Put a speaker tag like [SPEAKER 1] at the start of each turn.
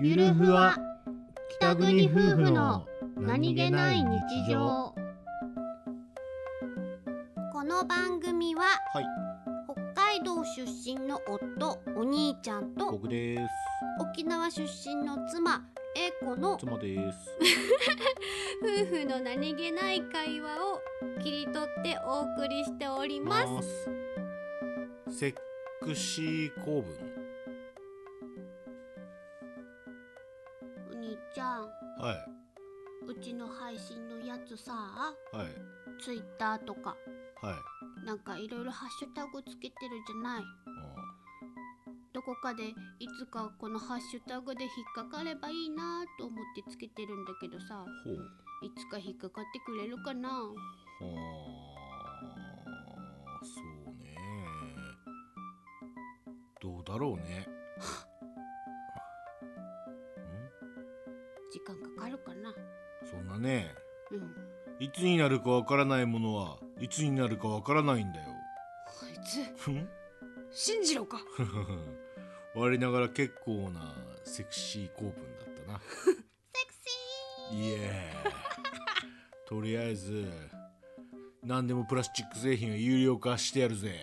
[SPEAKER 1] ゆるふわ北国夫婦の
[SPEAKER 2] この番組は
[SPEAKER 1] はい
[SPEAKER 2] 北海道出身の夫お兄ちゃんと
[SPEAKER 1] 僕です
[SPEAKER 2] 沖縄出身の妻英子の夫
[SPEAKER 1] 妻です
[SPEAKER 2] 婦の何気ない会話を切り取ってお送りしております
[SPEAKER 1] ますセクシー構文
[SPEAKER 2] お兄ちゃん
[SPEAKER 1] は
[SPEAKER 2] うちの配信のやつさ
[SPEAKER 1] いはい
[SPEAKER 2] ツイッターとか
[SPEAKER 1] はい
[SPEAKER 2] なんかいろいろハッシュタグつけてるじゃないどこかでいつかこのハッシュタグで引っかかればいいなと思ってつけてるんだけどさ
[SPEAKER 1] ほう
[SPEAKER 2] いつか引っかかってくれるかな
[SPEAKER 1] ほあそうねどうだろうね
[SPEAKER 2] 時間かかるかな
[SPEAKER 1] うんそんなね
[SPEAKER 2] うん
[SPEAKER 1] いつになるかわからないものはいつになるかわからないんだよ
[SPEAKER 2] あいつ
[SPEAKER 1] ふん
[SPEAKER 2] 信じろか
[SPEAKER 1] 我ながら結構なセクシー構文だったな
[SPEAKER 2] セクシ
[SPEAKER 1] イエーイとりあえず何でもプラスチック製品は有料化してやるぜ